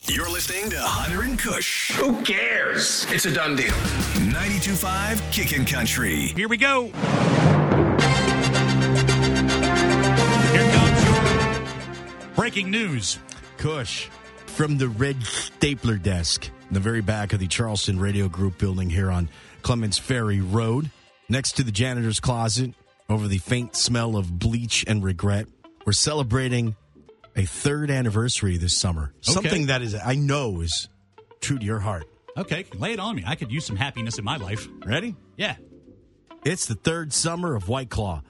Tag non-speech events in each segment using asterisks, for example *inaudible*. You're listening to Hunter and Kush, Who cares? It's a done deal. 925 Kickin' Country. Here we go. Here comes your breaking news. Cush from the Red Stapler Desk in the very back of the Charleston Radio Group building here on Clements Ferry Road, next to the janitor's closet, over the faint smell of bleach and regret. We're celebrating a third anniversary this summer. Something that is I know is true to your heart. Okay, lay it on me. I could use some happiness in my life. Ready? Yeah. It's the third summer of White Claw.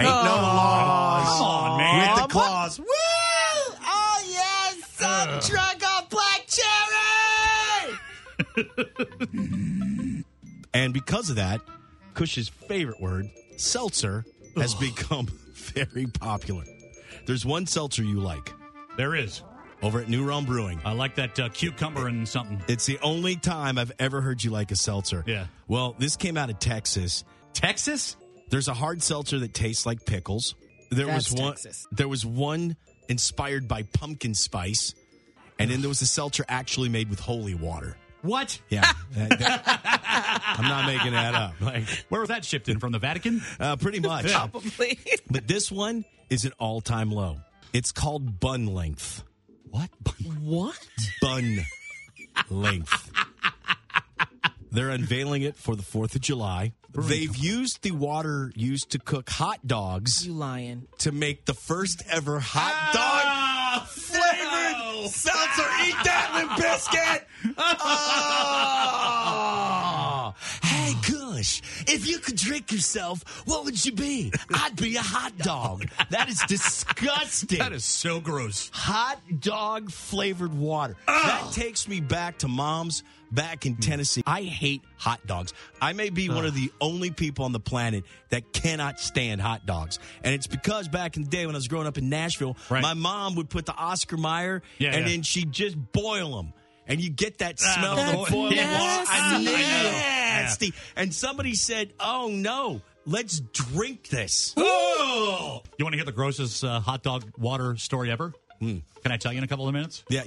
Ain't no laws Come on, man. with the claws. Woo! Oh yes, some drunk on black cherry. And because of that, Cush's favorite word, seltzer, has become *laughs* very popular. There's one seltzer you like There is. over at New Realm Brewing. I like that uh, cucumber and something. It's the only time I've ever heard you like a seltzer. Yeah. Well, this came out of Texas. Texas? There's a hard seltzer that tastes like pickles. There That's was one Texas. there was one inspired by pumpkin spice. And then there was a seltzer actually made with holy water. What? Yeah. That- that- I'm not making that up. Like Where was that shipped in from the Vatican? uh, pretty much. Probably. But this one is an all time low. It's called bun length. What? what? Bun length. They're unveiling it for the 4th of July. They've used the water used to cook hot dogs You lying? to make the first ever hot dog flavored *laughs* seltzer. Eat that, Limp Biscuit! Oh! Hey, Kush, if you could drink yourself, what would you be? I'd be a hot dog. That is disgusting. That is so gross. hot dog flavored water. That takes me back to mom's back in Tennessee. I hate hot dogs. I may be one of the only people on the planet that cannot stand hot dogs. And it's because back in the day when I was growing up in Nashville, Right. my mom would put the Oscar Mayer Yeah, and yeah. then she'd just boil them. And you get that Ah, smell the of boil- boiled Yeah. water. Ah, I I know. know. Yeah. Nasty. And somebody said, oh no, let's drink this. Hmm. You want to hear the grossest uh, hot dog water story ever? Can I tell you in a couple of minutes? Yeah,